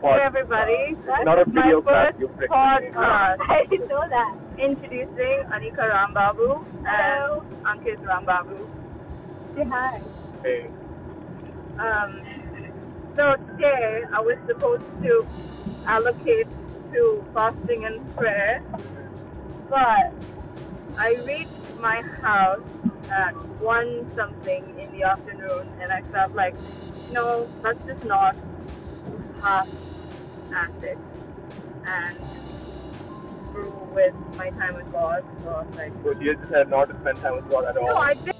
pod- uh, everybody. Not a video My clap, first you prick. podcast. I didn't know that. Introducing Anika Rambabu Hello. and Ankit Rambabu. Say hi. Hey. Um, so today I was supposed to allocate to fasting and prayer, but I reached my house at one something in the afternoon, and I felt like, no, that's just not half at it, and through with my time with God. So I was like, So you just had not to spend time with God at all. no, I did